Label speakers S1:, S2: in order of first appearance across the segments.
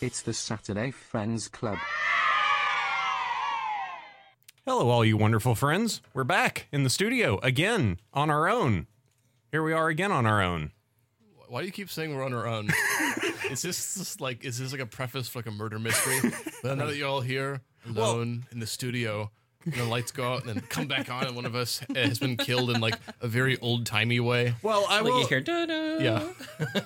S1: It's the Saturday Friends Club.
S2: Hello, all you wonderful friends. We're back in the studio again on our own. Here we are again on our own.
S3: Why do you keep saying we're on our own? is this just like is this like a preface for like a murder mystery? but now that you're all here alone in the studio, and the lights go out and then come back on, and one of us has been killed in like a very old timey way.
S2: Well, I
S4: Like
S2: will.
S4: you hear, da-da.
S3: Yeah,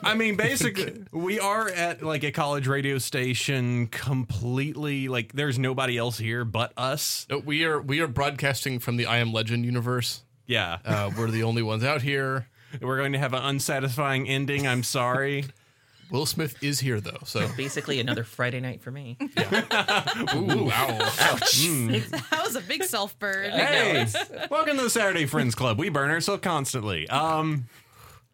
S2: I mean, basically, we are at like a college radio station, completely like there's nobody else here but us.
S3: no, we are we are broadcasting from the I Am Legend universe.
S2: Yeah,
S3: Uh, we're the only ones out here.
S2: we're going to have an unsatisfying ending. I'm sorry.
S3: Will Smith is here though, so
S4: Basically, another Friday night for me.
S3: ooh, wow.
S5: That was a big self burn.
S2: hey, welcome to the Saturday Friends Club. We burn ourselves constantly. Um,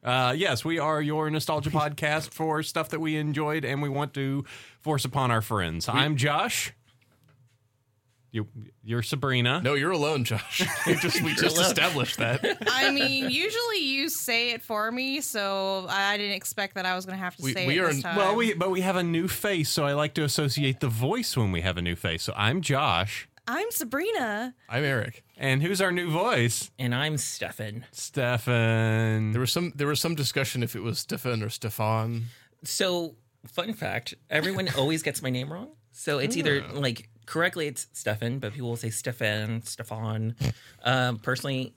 S2: uh, yes, we are your nostalgia podcast for stuff that we enjoyed and we want to force upon our friends. I'm Josh. You, you're Sabrina.
S3: No, you're alone, Josh. We just we just established that.
S5: I mean, usually you say it for me, so I didn't expect that I was going to have to
S3: We-
S5: say
S3: we
S5: it
S3: are-
S5: this time.
S2: Well, we but we have a new face, so I like to associate the voice when we have a new face. So I'm Josh,
S5: I'm Sabrina.
S3: I'm Eric.
S2: and who's our new voice?
S4: And I'm Stefan.
S3: There
S2: Stefan.
S3: was some there was some discussion if it was Stefan or Stefan.
S4: So, fun fact everyone always gets my name wrong. So, it's either
S2: Hmm.
S4: like correctly, it's Stefan, but people will say Stefan, Stefan. um, personally,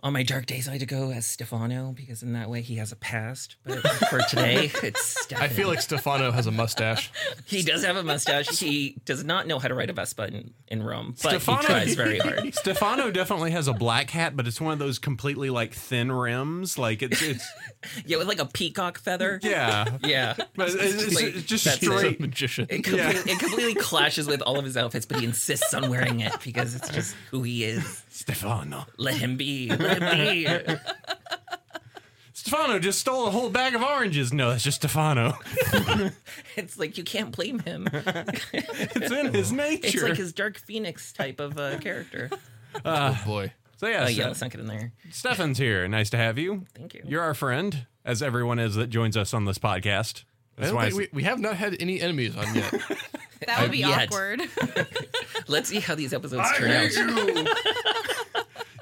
S4: on my dark days, I had to go as Stefano because in that way he has a past. But for today, it's Stefan.
S3: I feel like Stefano has a mustache.
S4: he does have a mustache. He does not know how to ride a Vespa in, in Rome, but
S2: Stefano-
S4: he tries very hard.
S2: Stefano definitely has a black hat, but it's one of those completely like thin rims. Like it's it's
S4: Yeah, with like a peacock feather.
S2: yeah.
S4: Yeah.
S2: But it's, it's-
S4: Like,
S2: it's just
S4: that's it.
S3: He's a
S2: straight.
S3: magician.
S4: It completely, it completely clashes with all of his outfits, but he insists on wearing it because it's just who he is.
S2: Stefano.
S4: Let him be. Let him be.
S2: Stefano just stole a whole bag of oranges. No, that's just Stefano.
S4: It's like you can't blame him.
S2: It's in his
S4: It's
S2: nature.
S4: like his Dark Phoenix type of uh, character.
S3: Oh boy.
S2: so yeah,
S4: Oh,
S2: Ste-
S4: yeah, let's not get in there.
S2: Stefan's here. Nice to have you.
S4: Thank you.
S2: You're our friend, as everyone is that joins us on this podcast.
S3: I
S2: That's
S3: don't
S2: why I
S3: think we, we have not had any enemies on yet.
S5: That would be
S4: Yet.
S5: awkward.
S4: Let's see how these episodes turn out.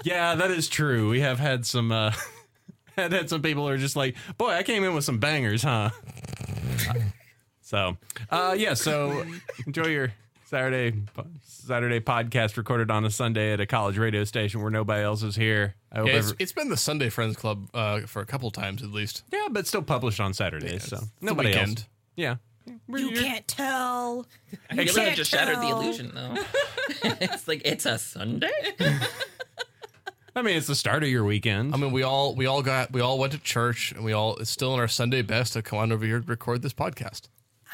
S2: Yeah, that is true. We have had some uh had, had some people who are just like, "Boy, I came in with some bangers, huh?" so, uh yeah, so enjoy your Saturday Saturday podcast recorded on a Sunday at a college radio station where nobody else is here. I hope
S3: Yeah, it's,
S2: every-
S3: it's been the Sunday Friends Club uh, for a couple times at least.
S2: yeah, but still published on Saturdays, so nobody
S3: weekend.
S2: else. Yeah.
S5: You can't tell.
S4: I really
S5: Except-
S4: just shattered the
S5: Tell.
S4: illusion, though. it's like, it's a Sunday?
S2: I mean, it's the start of your weekend.
S3: I mean, we all we all got we all went to church and we all it's still in our Sunday best to come on over here to record this podcast.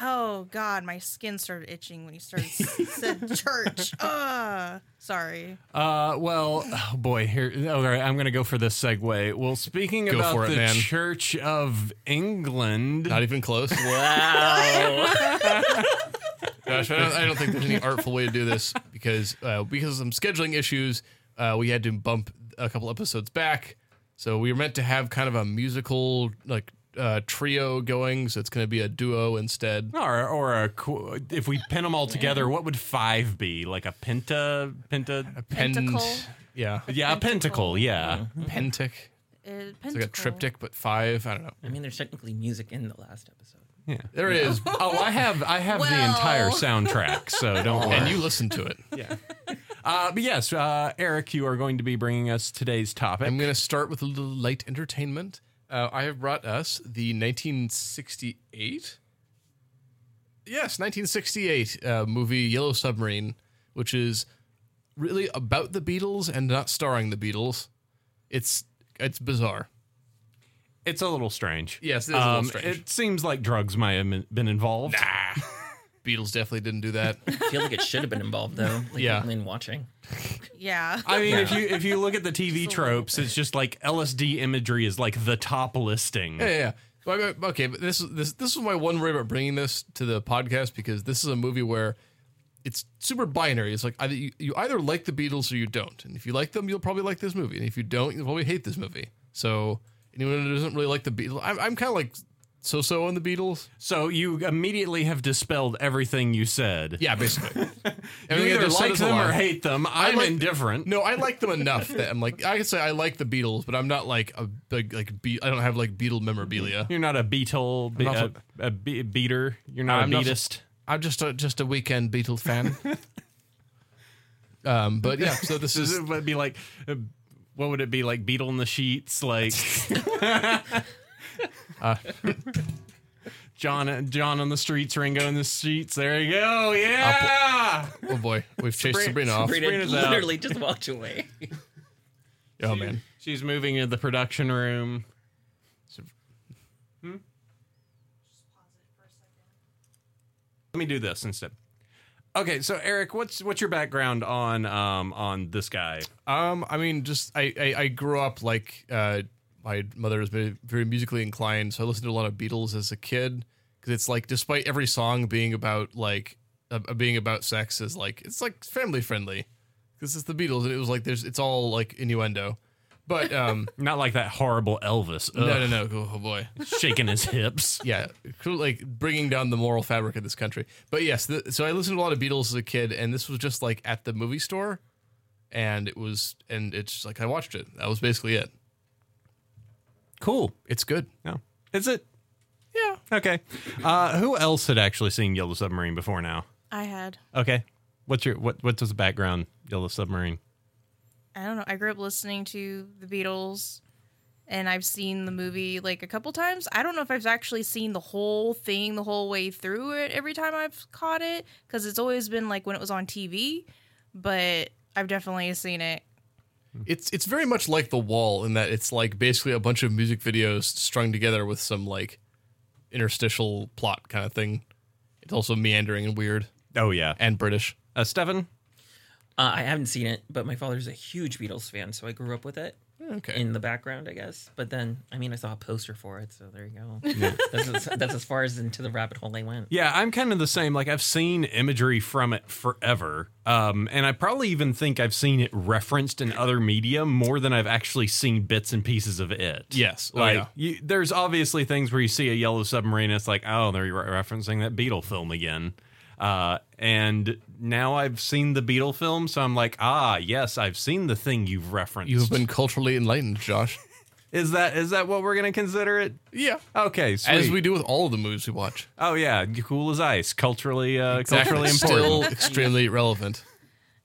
S5: Oh God, my skin started itching when you started said church. Uh, sorry.
S2: Uh, well, oh boy, here. All right, I'm going to go for this segue. Well, speaking
S3: Go
S2: about
S3: for it,
S2: the
S3: man.
S2: Church of England, uh,
S3: Not even close.
S4: Wow.
S3: Gosh, I don't, I don't think there's any artful way to do this because uh, because of some scheduling issues, uh, we had to bump a couple episodes back. So we were meant to have kind of a musical like uh, trio going, so it's going to be a duo instead.
S2: or or a qu- if we pin them all together, what would five be? Like a penta, penta,
S3: Pent-
S5: Pentacle?
S3: yeah,
S2: yeah, a pentacle, yeah.
S3: pentic.
S5: It,
S3: It's like a triptych, but five. I don't know.
S4: I mean, there's technically music in the last episode.
S3: There is,
S2: Oh, I have I have the entire
S5: Well.
S2: soundtrack, so don't worry.
S3: and you listen to it.
S2: uh, but yes, uh, Eric, you are going to be bringing us today's topic.
S3: I'm going to start with a little light entertainment. Uh, I have brought us the 1968. Yes, 1968 uh, movie Yellow Submarine, which is really about the Beatles and not starring the Beatles. It's it's bizarre.
S2: it's a little strange. Um,
S3: Yes, it is a little strange.
S2: It seems like drugs might have been- been involved.
S3: Beatles definitely didn't do that.
S4: I feel like it should have been involved, though. Like,
S3: Yeah.
S4: in watching.
S5: Yeah.
S2: I mean, if you if you look at the TV tropes, it's just like LSD imagery is like the top listing.
S3: yeah, yeah. Well, I- Okay, but this is this this is my one worry about bringing this to the podcast because this is a movie where it's super binary. It's like either you, you either like the Beatles or you don't, and if you like them, you'll probably like this movie, and if you don't, you'll probably hate this movie. So anyone who doesn't really like the Beatles, I'm, I'm kind of like so so on the Beatles?
S2: So you immediately have dispelled everything you said.
S3: Yeah, basically.
S2: You
S3: Everything I
S2: either
S3: just said
S2: like
S3: is a
S2: them or
S3: lie.
S2: hate them. I'm
S3: like-
S2: indifferent.
S3: No, I like them enough that I'm like I could say I like the Beatles, but I'm not like a big like be- I don't have like Beatle memorabilia.
S2: You're not a beetle, be,
S3: not
S2: a, a be- beater. You're not
S3: I'm
S2: a
S3: not-
S2: beatist.
S3: I'm just a just a weekend Beatle fan. um, but yeah, so this
S2: Does
S3: is
S2: it would be like, uh, what would it be like? Beetle in the sheets, like Uh, John, John on the streets, Ringo in the streets. There you go. Yeah.
S3: oh boy, we've chased Sabrina off.
S4: Brita
S2: Sabrina's out.
S4: literally just walked away.
S3: Oh man,
S2: She's moving into the production room. Hmm? Let me do this instead. Okay, so Eric, what's what's your background on um on this guy?
S3: Um, I mean, just I I, I grew up like uh, my mother was very, very musically inclined, so I listened to a lot of Beatles as a kid because it's like despite every song being about like uh, being about sex is like it's like family friendly because it's the Beatles and it was like there's it's all like innuendo, but um
S2: Not like that horrible Elvis.
S3: no
S2: ugh,
S3: no no oh, oh boy
S2: shaking his hips.
S3: yeah, cool, like bringing down the moral fabric of this country. But yes, the, so I listened to a lot of Beatles as a kid, and this was just like at the movie store, and it was, and it's just, like I watched it. That was basically it.
S2: Cool.
S3: It's good.
S2: No. Is it? Yeah. Okay. Uh, who else had actually seen Yellow Submarine before now?
S5: I had.
S2: Okay. What's your what what's his background, Yellow Submarine?
S5: I don't know. I grew up listening to the Beatles, and I've seen the movie like a couple times. I don't know if I've actually seen the whole thing the whole way through it every time I've caught it because it's always been like when it was on TV, but I've definitely seen it.
S3: It's it's very much like The Wall in that it's like basically a bunch of music videos strung together with some like interstitial plot kind of thing. It's also meandering and weird
S2: Oh yeah.
S3: and British.
S2: Uh Stefan?
S4: Uh, I haven't seen it, but my father's a huge Beatles fan, so I grew up with it
S3: Okay.
S4: in the background, I guess. But then, I mean, I saw a poster for it, so there you go. that's, as, that's as far as into the rabbit hole I went.
S2: Yeah, I'm kind of the same. Like I've seen imagery from it forever, um, and I probably even think I've seen it referenced in other media more than I've actually seen bits and pieces of it.
S3: Yes. Oh,
S2: like
S3: yeah.
S2: you, there's obviously things where you see a yellow submarine, it's like, oh, they're re- referencing that Beetle film again. Uh, and now I've seen the Beetle film, so I'm like, ah, yes, I've seen the thing you've referenced.
S3: You've been culturally enlightened, Josh.
S2: is that is that what we're gonna consider it?
S3: yeah.
S2: Okay, sweet.
S3: As we do with all of the movies we watch.
S2: oh yeah, cool as ice, culturally uh, culturally
S3: Exactly.
S2: important.
S3: Still extremely relevant.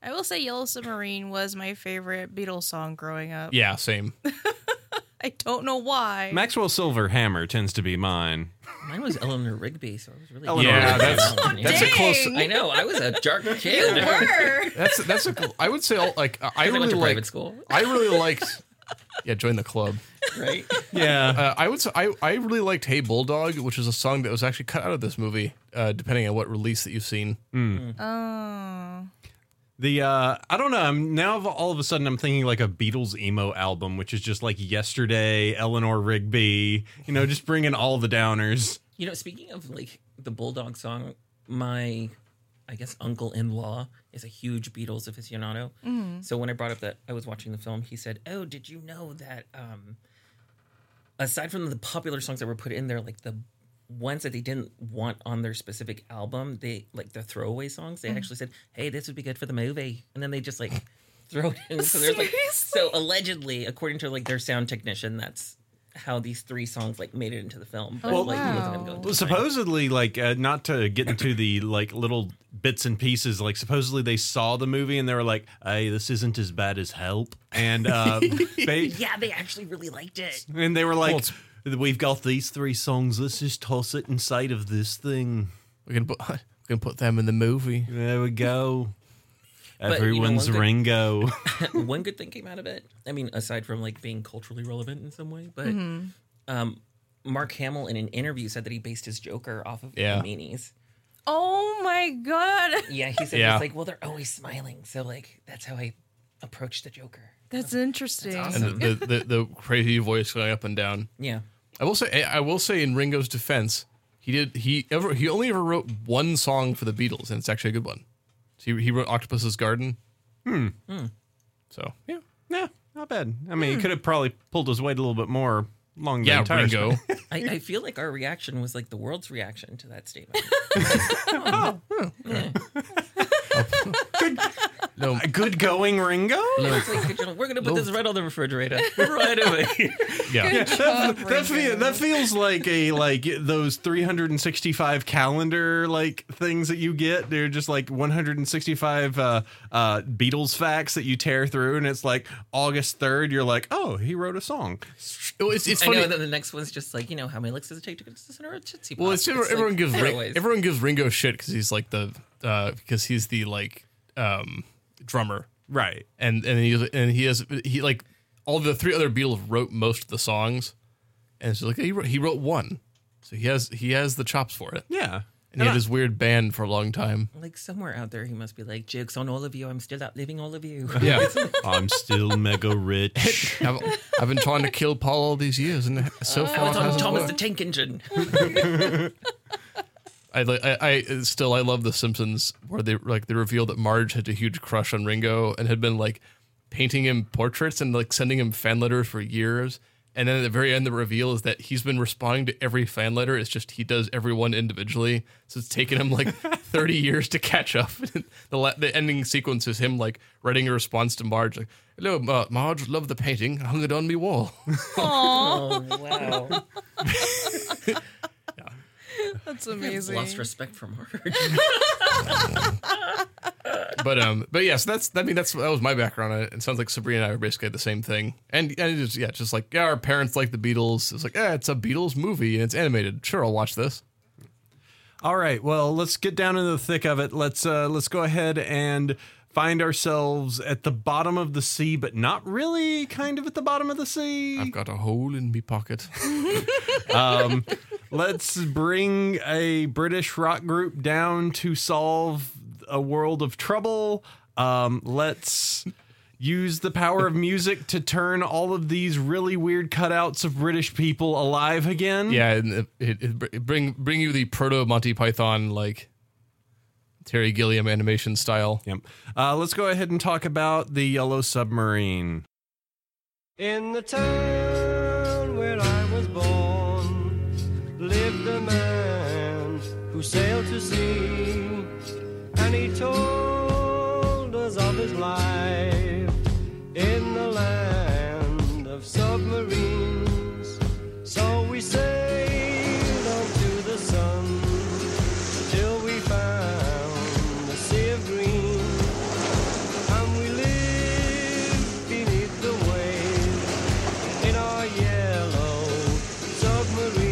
S5: I will say Yellow Submarine was my favorite Beatles song growing up.
S3: Yeah, same.
S5: I don't know why.
S2: Maxwell Silver Hammer tends to be mine.
S4: Mine was Eleanor Rigby, so I was really.
S2: Eleanor
S3: Yeah,
S2: Rigby.
S3: that's-
S4: Oh,
S5: that's a
S4: dang.
S5: close-
S4: I know. I was a dark
S5: You
S4: kid.
S5: were.
S3: That's that's a. I would say all, like I
S4: I went
S3: really
S4: to private
S3: like.
S4: school,
S3: I really liked. Yeah, join the club.
S4: right?
S2: Yeah.
S3: Uh, I would say I, I really liked Hey Bulldog, which is a song that was actually cut out of this movie, uh, depending on what release that you've seen.
S5: Oh,
S2: The uh I don't know, I'm now of- all of a sudden I'm thinking like a Beatles emo album which is just like yesterday, Eleanor Rigby, you know, just bringing all the downers.
S4: You know, speaking of like the Bulldog song, my I guess uncle in law is a huge Beatles aficionado.
S5: Mm-hmm.
S4: So when I brought up that I was watching the film, he said, "Oh, did you know that um aside from the popular songs that were put in there, like the ones that they didn't want on their specific album, they like the throwaway songs,
S5: Mm.
S4: they actually said, "Hey, this would be good for the movie." And then they just like throw it in. So there's like so allegedly, according to like their sound technician, that's how these three songs like made it into the film. But,
S5: Oh,
S4: like, he wasn't gonna go
S5: wow.
S4: into
S2: Well,
S4: it.
S2: supposedly like uh, not to get into the like little bits and pieces, like supposedly they saw the movie and they were like, "Hey, this isn't as bad as Help." And uh they,
S4: Yeah, they actually really liked it.
S2: and they were like, "We've got these three songs. Let's just toss it inside of this thing."
S3: We can put we can put them in the movie.
S2: There we go.
S4: But you know, one
S2: Everyone's
S4: thing-
S2: Ringo.
S4: One good thing came out of it. I mean, aside from like being culturally relevant in some way, but um, Mark Hamill in an interview said that he based his Joker off of
S3: Yeah.
S4: the meanies.
S5: oh my God,
S4: Yeah, he said
S3: Yeah.
S4: it's like, well, they're always smiling, so like that's how I approach the Joker.
S5: that's interesting.
S4: awesome.
S3: And the, the, the, the crazy voice going up and down.
S4: Yeah,
S3: I will say I will say in Ringo's defense, he did he ever he only ever wrote one song for the Beatles, and it's actually a good one. So he, he wrote Octopus's Garden. Hmm. So yeah.
S2: Hmm. yeah, not bad. I mean, he could have probably pulled his weight a little bit more long the
S3: Yeah,
S2: entire
S3: Ringo.
S2: story.
S4: I, I feel like our reaction was like the world's reaction to that statement.
S3: no,
S2: Good going, Ringo.
S4: It's like, you know, we're gonna put this right on the refrigerator right away.
S3: yeah.
S2: That, that, fe- that feels like a like those 365 calendar like things that you get. They're just like 165 uh, uh, Beatles facts that you tear through, and it's like August 3rd. You're like, oh, he wrote a song.
S3: Well, it's, it's
S4: I
S3: funny.
S4: know that the next one's just like you know how many licks does it take to get to a Tootsie Pop?
S3: Well, it's, everyone, everyone
S4: like,
S3: gives Ring,
S4: always.
S3: everyone gives Ringo shit because he's like the uh, because he's the like um, drummer,
S2: Right.
S3: and and he and he has he like all the three other Beatles wrote most of the songs, and it's like he wrote, he wrote one, so he has he has the chops for it,
S2: Yeah.
S3: and he had his weird band for a long time.
S4: like somewhere out there, he must be like jokes on all of you. I'm still outliving all of you.
S3: Yeah,
S2: I'm still mega rich.
S3: I've, I've been trying to kill Paul all these years, and so
S4: I
S3: far
S4: was
S3: it
S4: on
S3: hasn't
S4: Thomas the
S3: worked.
S4: Tank Engine.
S3: I, li- I I still I love the Simpsons where they like they reveal that Marge had a huge crush on Ringo and had been like painting him portraits and like sending him fan letters for years. And then at the very end, the reveal is that he's been responding to every fan letter. It's just he does everyone individually. So it's taken him like 30 years to catch up. the, la- the ending sequence is him like writing a response to Marge, like, "Hello, Mar- Marge, love the painting. I hung it on me wall."
S4: Oh wow!
S5: That's amazing.
S4: Lost respect from her.
S3: but um, but yes, that's I mean that's that was my background. on It It sounds like Sabrina and I were basically the same thing, and and it is yeah, just like yeah, our parents like the Beatles. It's like yeah, it's a Beatles movie and it's animated. Sure, I'll watch this.
S2: All right. Well, let's get down into the thick of it. Let's uh, let's go ahead and find ourselves at the bottom of the sea, but not really. Kind of at the bottom of the sea.
S3: I've got a hole in me pocket.
S2: Um, Let's bring a British rock group down to solve a world of trouble. Um, let's use the power of music to turn all of these really weird cutouts of British people alive again.
S3: yeah, and it, it, it br- bring bring you the proto Monty Python like Terry Gilliam animation style.
S2: Yep. Uh, let's go ahead and talk about the Yellow Submarine.
S6: In the town where I was born lived a man who sailed to sea, and he told us of his life in the land of submarines. So we sailed on to the sun till we found the sea of green. And we live beneath the waves in our yellow submarine.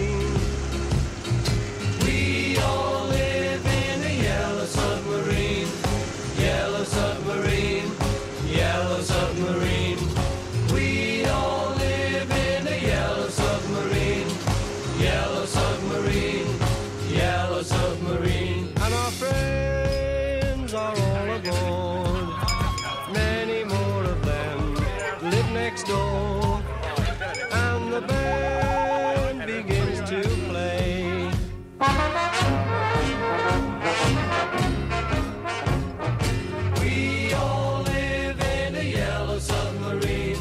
S6: We all live in a yellow submarine, yellow submarine, yellow submarine. We all live in a yellow submarine, yellow submarine, yellow submarine. And our friends are all aboard. Many more of them live next door. And the band begins to play. We all live in a yellow submarine.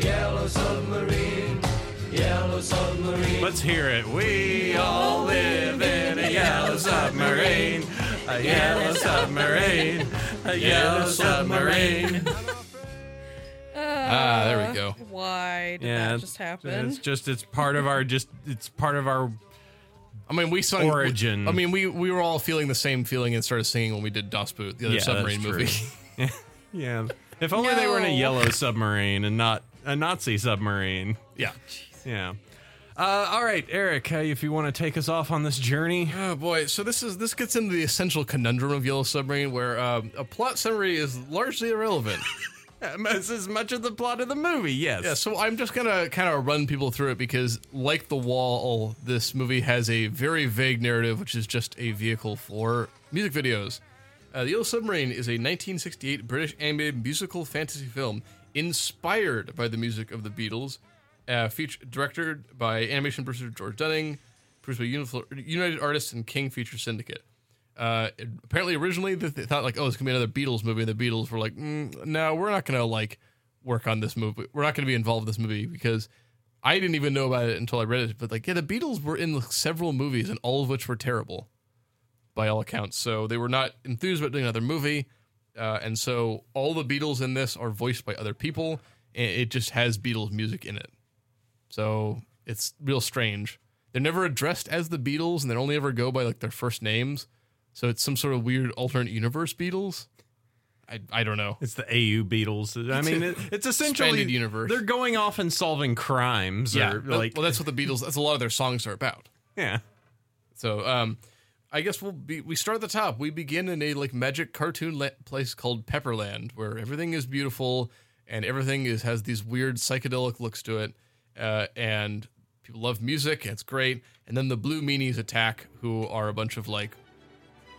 S6: Yellow submarine. Yellow submarine.
S2: Let's hear it. We all live in a yellow submarine. A yellow submarine. A yellow submarine.
S3: Ah, there we go.
S5: Why did that just happen?
S2: It's just it's part of our just it's part of our
S3: I mean, we sung
S2: Origin.
S3: I mean, we we were all feeling the same feeling and started singing when we did Das Boot, the other
S2: Yeah,
S3: submarine
S2: that's
S3: movie.
S2: true. yeah. If only they were in a
S5: No.
S2: yellow submarine and not a Nazi submarine.
S3: yeah.
S2: Yeah. Uh, all right, Eric, uh, if you want to take us off on this journey.
S3: Oh boy! So this is this gets into the essential conundrum of Yellow Submarine, where um, a plot summary is largely irrelevant.
S2: This is much of the plot of the movie, yes.
S3: yeah, so I'm just gonna kind of run people through it because, like The Wall, this movie has a very vague narrative, which is just a vehicle for music videos. Uh, the Yellow Submarine is a 1968 British animated musical fantasy film inspired by the music of the Beatles, uh, feature- directed by animation producer George Dunning, produced by Unif- United Artists and King Feature Syndicate. Uh, it- apparently, originally th- they thought like, oh, this could be another Beatles movie, and the Beatles were like, mm, no, we're not gonna like work on this movie. We're not gonna be involved in this movie because I didn't even know about it until I read it. But like, yeah, the Beatles were in several movies, and all of which were terrible, by all accounts. So they were not enthused about doing another movie, uh, and so all the Beatles in this are voiced by other people, and it just has Beatles music in it. So it's real strange. They're never addressed as the Beatles, and they only ever go by like their first names. So it's some sort of weird alternate universe Beatles. I I don't know.
S2: It's the AU Beatles. I mean, it, it's essentially
S3: Expanded universe.
S2: They're going off and solving crimes.
S3: Yeah,
S2: or
S3: that-
S2: like
S3: well, that's what the Beatles. That's a lot of their songs are about.
S2: yeah.
S3: So, um, I guess we'll be we start at the top. We begin in a like magic cartoon la- place called Pepperland, where everything is beautiful and everything is has these weird psychedelic looks to it, uh, and people love music. And it's great. And then the Blue Meanies attack, who are a bunch of like,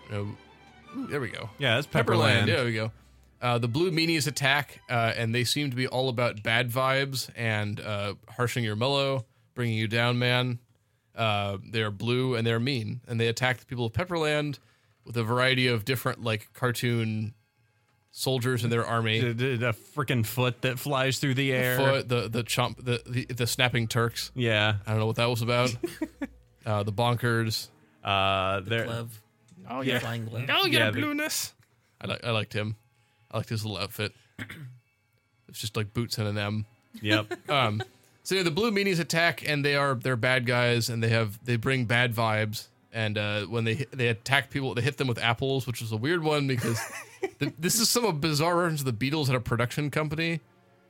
S3: you know, ooh, there we go.
S2: Yeah, that's
S3: Pepperland.
S2: Pepperland.
S3: There we go. Uh, the Blue Meanies attack, uh, and they seem to be all about bad vibes and uh, harshing your mellow, bringing you down, man. Uh, they're blue and they're mean, and they attack the people of Pepperland with a variety of different like cartoon soldiers in their army.
S2: A freaking foot that flies through the air.
S3: Foot, the the chomp, the, the the snapping Turks.
S2: Yeah.
S3: I don't know what that was about. uh, the bonkers.
S2: Uh, there.
S4: Glove.
S3: Oh
S4: Yeah. Flying glove.
S3: Oh,
S2: Yeah, the-
S3: blueness. I like I liked him. I liked his little outfit. It's just like boots and an M.
S2: Yep.
S3: Um, so yeah, the blue meanies attack, and they are they're bad guys, and they have they bring bad vibes. And uh, when they hit- they attack people, they hit them with apples, which is a weird one because the, this is some bizarre reference to the Beatles at a production company,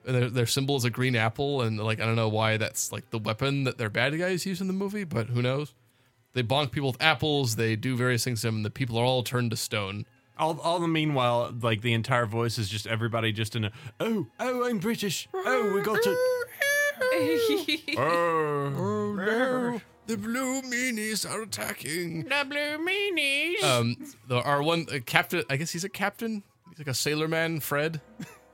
S3: and their, their symbol is a green apple, and like I don't know why that's like the weapon that their bad guys use in the movie, but who knows? They bonk people with apples. They do various things to them, and the people are all turned to stone.
S2: all, all the meanwhile, like the entire voice is just everybody just in a oh oh I'm British oh we got to oh
S3: The blue meanies are attacking. The blue meanies. Um, the, our one uh, captain. I guess he's a captain. He's like a sailor man, Fred.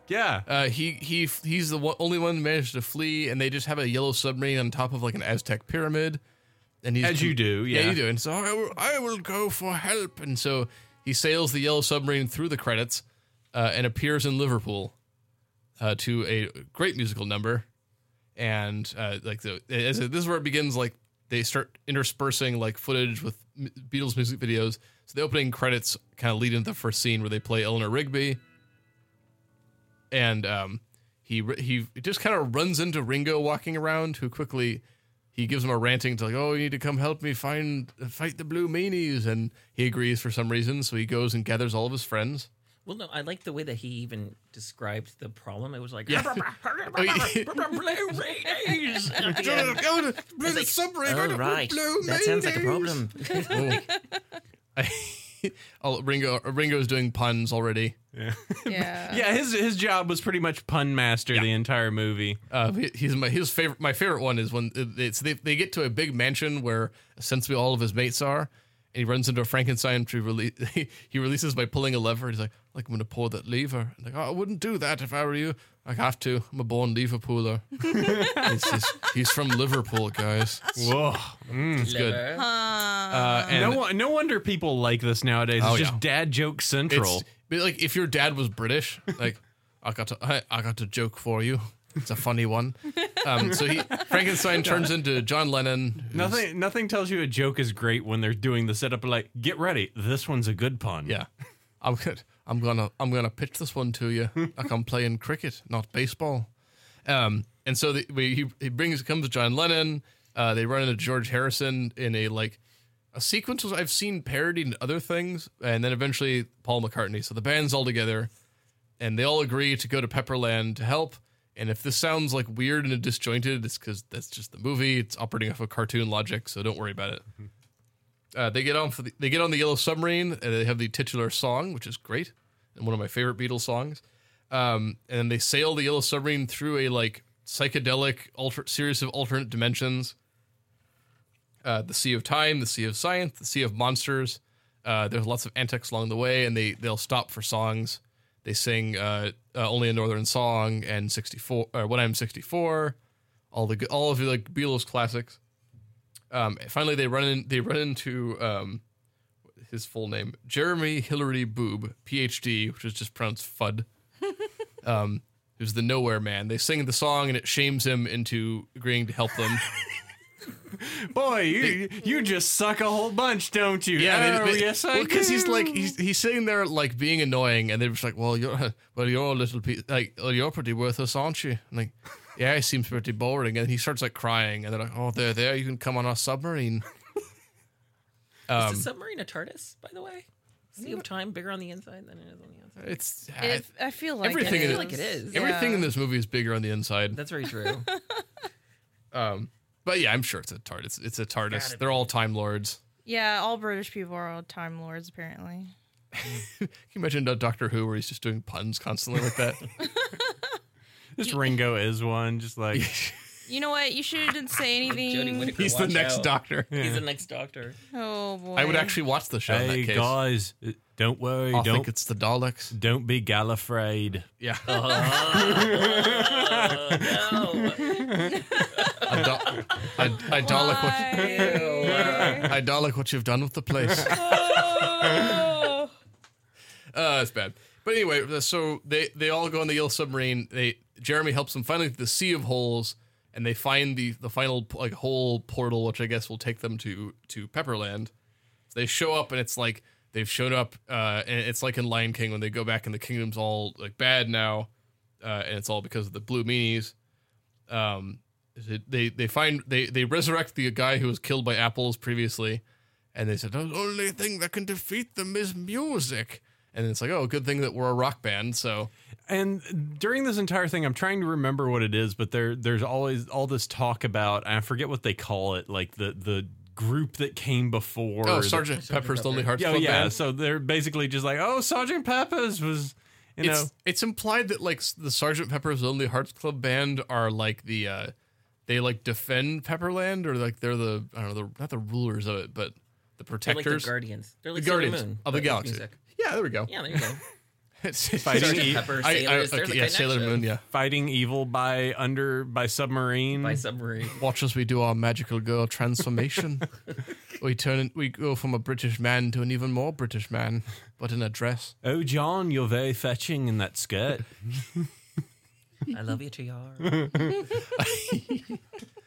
S2: yeah
S3: Uh, he he he's the one, only one who managed to flee, and they just have a yellow submarine on top of like an Aztec pyramid. And he's
S2: As you do, yeah.
S3: you do. And so I will, I will go for help. And so he sails the yellow submarine through the credits, uh, and appears in Liverpool, uh, to a great musical number, and uh, like the as it- this is where it begins. Like they start interspersing like footage with m- Beatles music videos. So the opening credits kind of lead into the first scene where they play Eleanor Rigby and um, he he just kind of runs into Ringo walking around, who quickly he gives him a ranting to like, "Oh, you need to come help me find fight the Blue Meanies," and he agrees for some reason. So he goes and gathers all of his friends.
S4: Well, no, I like the way that he even described the problem. It was like,
S3: Oh, yeah.
S4: It's oh, right. That sounds like a problem.
S3: Oh, Ringo Ringo's doing puns already.
S5: Yeah.
S2: yeah his his job was pretty much pun master the entire movie
S3: Uh, he- he's my his favorite. My favorite one is when it's they, they get to a big mansion where essentially all of his mates are, and he runs into a Frankenstein to release. He, he releases by pulling a lever. He's like, "Like I'm gonna pull that lever." And like, "Oh, I wouldn't do that if I were you." I have to. I'm a born Liverpooler. It's just- he's from Liverpool, guys.
S2: whoa
S3: It's good. Uh, and
S2: no won- no wonder people like this nowadays it's
S3: Oh,
S2: just
S3: yeah.
S2: dad joke central
S3: It's, but like if your dad was British, like I got a, I, I got a joke for you. It's a funny one. Um, so he Frankenstein turns into John Lennon. who's-
S2: Nothing, nothing tells you a joke is great when they're doing the setup. Like, get ready, this one's a good pun.
S3: Yeah, I'm good. I'm gonna I'm gonna pitch this one to you like I'm playing cricket, not baseball. Um, and so the, we, he he brings comes John Lennon. Uh, they run into George Harrison in a like a sequence was- I've seen parodied in other things, and then eventually Paul McCartney. So the band's all together, and they all agree to go to Pepperland to help. And if this sounds like weird and disjointed, it's because that's just the movie. It's operating off of cartoon logic, so don't worry about it. Uh, they get on for the, they get on the yellow submarine and they have the titular song, which is great and one of my favorite Beatles songs. Um, and then they sail the yellow submarine through a like psychedelic alter, series of alternate dimensions. Uh, the sea of time, the sea of science, the sea of monsters. Uh, there's lots of antics along the way, and they they'll stop for songs. They sing uh, uh, only a northern song and 64 or when I'm 64. All the good- all of the like Beatles classics um, finally they run in they run into um, his full name Jeremy Hillary Boob PhD which is just pronounced FUD um, who's the nowhere man. They sing the song and it shames him into agreeing to help them.
S2: Boy, you you just suck a whole bunch, don't you?
S3: Yeah,
S2: Oh,
S3: they,
S2: yes, I
S3: because he's
S2: do.
S3: like he's he's sitting there like being annoying, and they're just like, "Well, you're well, you're a little piece, like well, you're pretty worthless, aren't you?" And like, yeah, he seems pretty boring, and he starts like crying, and they're like, "Oh, there, there, you can come on our submarine." Um,
S4: Is the submarine a TARDIS, by the way? Sea
S3: Mm.
S4: of time bigger on the inside than it is on the outside.
S3: It's
S5: It, I feel like
S3: Everything
S5: it
S3: in it- I feel
S5: is.
S4: like it is.
S3: everything in this movie is bigger on the inside.
S4: That's very true.
S3: But yeah, I'm sure it's a TARDIS. It's a
S4: Gotta
S3: TARDIS.
S4: be.
S3: They're all Time Lords.
S5: Yeah, all British people are all Time Lords, apparently.
S3: Can you imagine uh, Doctor Who where he's just doing puns constantly like that?
S2: Just Ringo is one, just like
S5: You know what? You shouldn't say
S4: Jodie
S5: anything.
S4: Whittaker,
S3: he's the
S4: watch
S3: next
S4: out.
S3: Doctor.
S4: He's the next Doctor.
S5: Oh boy.
S3: I would actually watch the show in that case.
S2: guys, uh, don't worry,
S3: I think it's the Daleks.
S2: don't be Gallifreyed.
S3: Yeah.
S4: Oh,
S3: I, do- I, I Dalek what
S5: Why?
S3: I Dalek what you've done with the place. uh,
S5: Oh.
S3: that's bad. But anyway, uh, so they they all go on the yellow submarine. They Jeremy helps them finally to the sea of holes, and they find the the final like hole portal, which I guess will take them to to Pepperland. They show up, and it's like they've showed up, uh, and it's like in Lion King when they go back and the kingdom's all like bad now, uh, and it's all because of the blue meanies. Um, they they find they they resurrect the guy who was killed by apples previously, and they said the only thing that can defeat them is music. And it's like, oh, good thing that we're a rock band. So
S2: And during this entire thing, I'm trying to remember what it is, but there there's always all this talk about I forget what they call it, like the the group that came before.
S3: oh,
S2: the-
S3: Sergeant Pepper's Lonely Hearts
S2: Yeah,
S3: Club
S2: Oh, yeah.
S3: Band.
S2: So they're basically just like, oh, Sergeant Pepper's was, you know,
S3: It's it's implied that like s- the Sergeant Pepper's Lonely Hearts Club Band are like the uh they like defend Pepperland or like they're the I don't know the not the rulers of it but the
S4: They're like the
S3: protectors
S4: Guardians. They're like
S3: The Guardians
S4: Sailor Moon,
S3: of the
S4: but with
S3: galaxy.
S4: music.
S3: Yeah, there we go.
S4: Yeah, there you go.
S3: It's-
S2: Fighting
S4: Sergeant
S2: E-
S4: Pepper,
S3: I- I-
S4: sailors. there's
S3: okay,
S4: a
S3: yeah, Sailor
S4: connection.
S3: Moon. Yeah,
S2: fighting evil by under by submarine.
S4: By submarine.
S3: watch as we do our magical girl transformation. we turn, we go from a British man to an even more British man, but in a dress.
S2: oh, John, you're very fetching in that skirt.
S4: I love you, TR.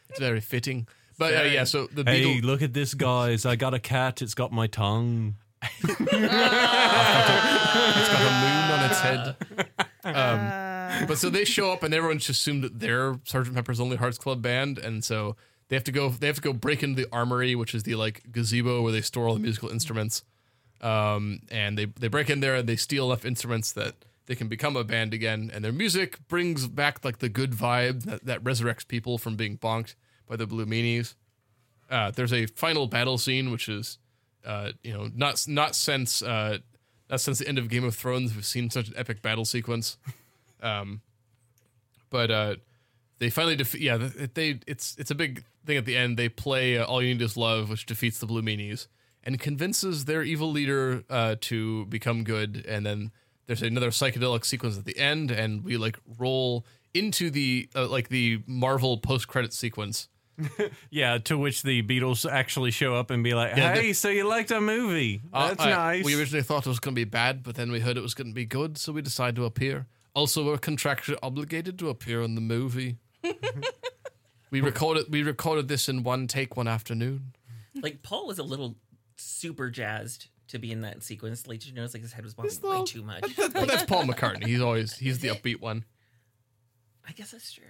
S3: It's very fitting. But uh, yeah, so the beetle.
S2: hey, look at this, guys! I got a cat. It's got my tongue.
S3: It's got a moon on its head. Um, but so they show up and everyone just assumed that they're Sergeant Pepper's Lonely Hearts Club Band, and so they have to go. They have to go break into the armory, which is the like gazebo where they store all the musical instruments. Um, and they they break in there and they steal enough instruments that they can become a band again. And their music brings back like the good vibe that, that resurrects people from being bonked by the Blue Meanies. Uh, there's a final battle scene, which is uh, you know, not not since uh, not since the end of Game of Thrones we've seen such an epic battle sequence. Um, but uh, they finally defeat. Yeah, th- they it's it's a big thing at the end. They play uh, "All You Need Is Love," which defeats the Blue Meanies and convinces their evil leader uh, to become good. And then there's another psychedelic sequence at the end, and we like roll into the uh, like the Marvel post credit sequence.
S2: Yeah, to which the Beatles actually show up and be like,
S3: Yeah,
S2: "Hey, so you liked our movie?
S3: Uh,
S2: That's
S3: I-
S2: nice."
S3: We originally thought it was going to be bad, but then we heard it was going to be good, so we decided to appear. Also, we're contractually obligated to appear in the movie. we recorded we recorded this in one take one afternoon.
S4: like Paul was a little super jazzed to be in that sequence. Like, did you notice like his head was bobbing way too much?
S3: But that's Paul McCartney. He's always he's the upbeat one.
S4: I guess that's true.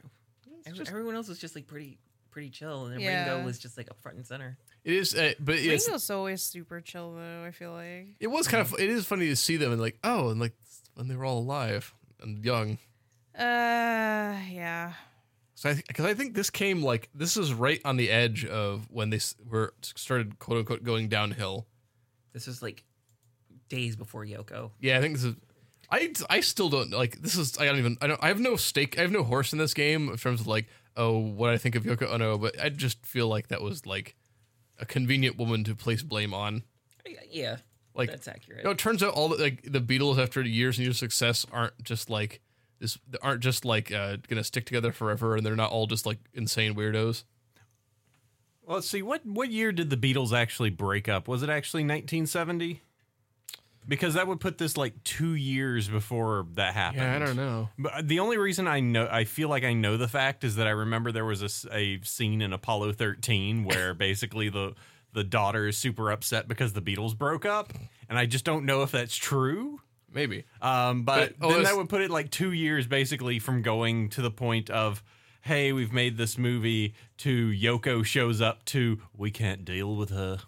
S4: Every- Everyone else was just like pretty, pretty chill, and then
S5: Yeah.
S4: Ringo was just like up front and center.
S3: It is, uh, but it's,
S5: Ringo's always super chill though, I feel like.
S3: it was kind of it is funny to see them and like oh and like when they were all alive and young.
S5: Uh yeah.
S3: So I because I think this came like this is right on the edge of when they s- were started quote unquote going downhill.
S4: This was like days before Yoko.
S3: Yeah, I think this is. I, I still don't like this is I don't even I don't I have no stake I have no horse in this game in terms of like oh what I think of Yoko Ono but I just feel like that was like a convenient woman to place blame on
S4: I- Yeah,
S3: like
S4: that's accurate.
S3: you know, it turns out all the, like the Beatles after years and years of success aren't just like this they aren't just like uh, gonna stick together forever and they're not all just like insane weirdos
S2: Let's see what what year did the Beatles actually break up? Was it actually 1970? because that would put this like two years before that happened.
S3: Yeah, I don't know.
S2: But uh, the only reason I know, I feel like I know the fact is that I remember there was a s- a, scene in Apollo 13 where basically the the daughter is super upset because the Beatles broke up, and I just don't know if that's true.
S3: Maybe.
S2: Um, but,
S3: But, oh,
S2: then
S3: it's-
S2: that would put it like two years basically from going to the point of, hey, we've made this movie to Yoko shows up to we can't deal with her.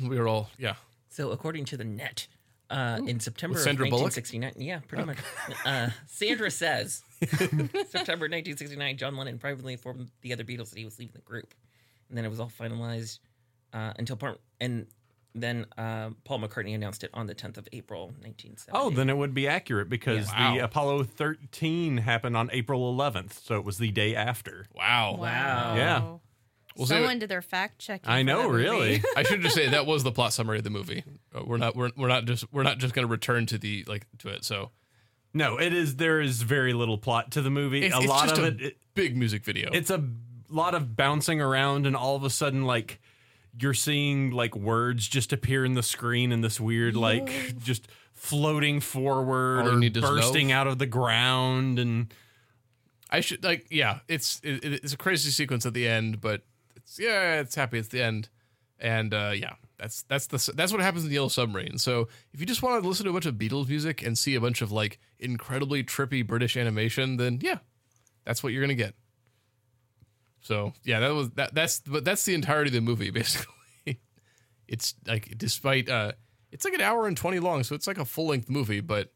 S3: We were all yeah.
S4: So, according to the net, uh, in September of
S3: Sandra Bullock?
S4: 1969, yeah, pretty much. Uh, Sandra says, September 1969, John Lennon privately informed the other Beatles that he was leaving the group, and then it was all finalized uh, until part. And then uh, Paul McCartney announced it on the 10th of April, 1970.
S2: Oh, then it would be accurate because
S3: Yeah.
S2: the
S3: Wow.
S2: Apollo 13 happened on April 11th, so it was the day after.
S3: Wow.
S4: Wow.
S2: Yeah.
S3: Well, so-
S5: Someone did their fact checking.
S2: I
S5: for
S2: know,
S5: that movie.
S2: really.
S3: I should just say that was the plot summary of the movie. Uh, We're not we're, we're not just we're not just going to return to the like to it. So
S2: No, it is. There is very little plot to the movie.
S3: it's,
S2: a
S3: it's
S2: lot
S3: just
S2: of
S3: a
S2: it, it-
S3: big music video.
S2: It's a lot of bouncing around, and all of a sudden, like you're seeing like words just appear in the screen in this weird, like just floating forward
S3: All you
S2: or
S3: need is
S2: bursting
S3: love.
S2: out of the ground, and
S3: I should like yeah. It's it, it- it's a crazy sequence at the end, but it's yeah. It's happy at the end, and uh, yeah. That's that's the that's what happens in the Yellow Submarine. So if you just want to listen to a bunch of Beatles music and see a bunch of like incredibly trippy British animation, then yeah, that's what you're gonna get. So yeah, that was that that's but that's the entirety of the movie basically. it's like despite uh, it's like an hour and twenty long, so it's like a full length movie, but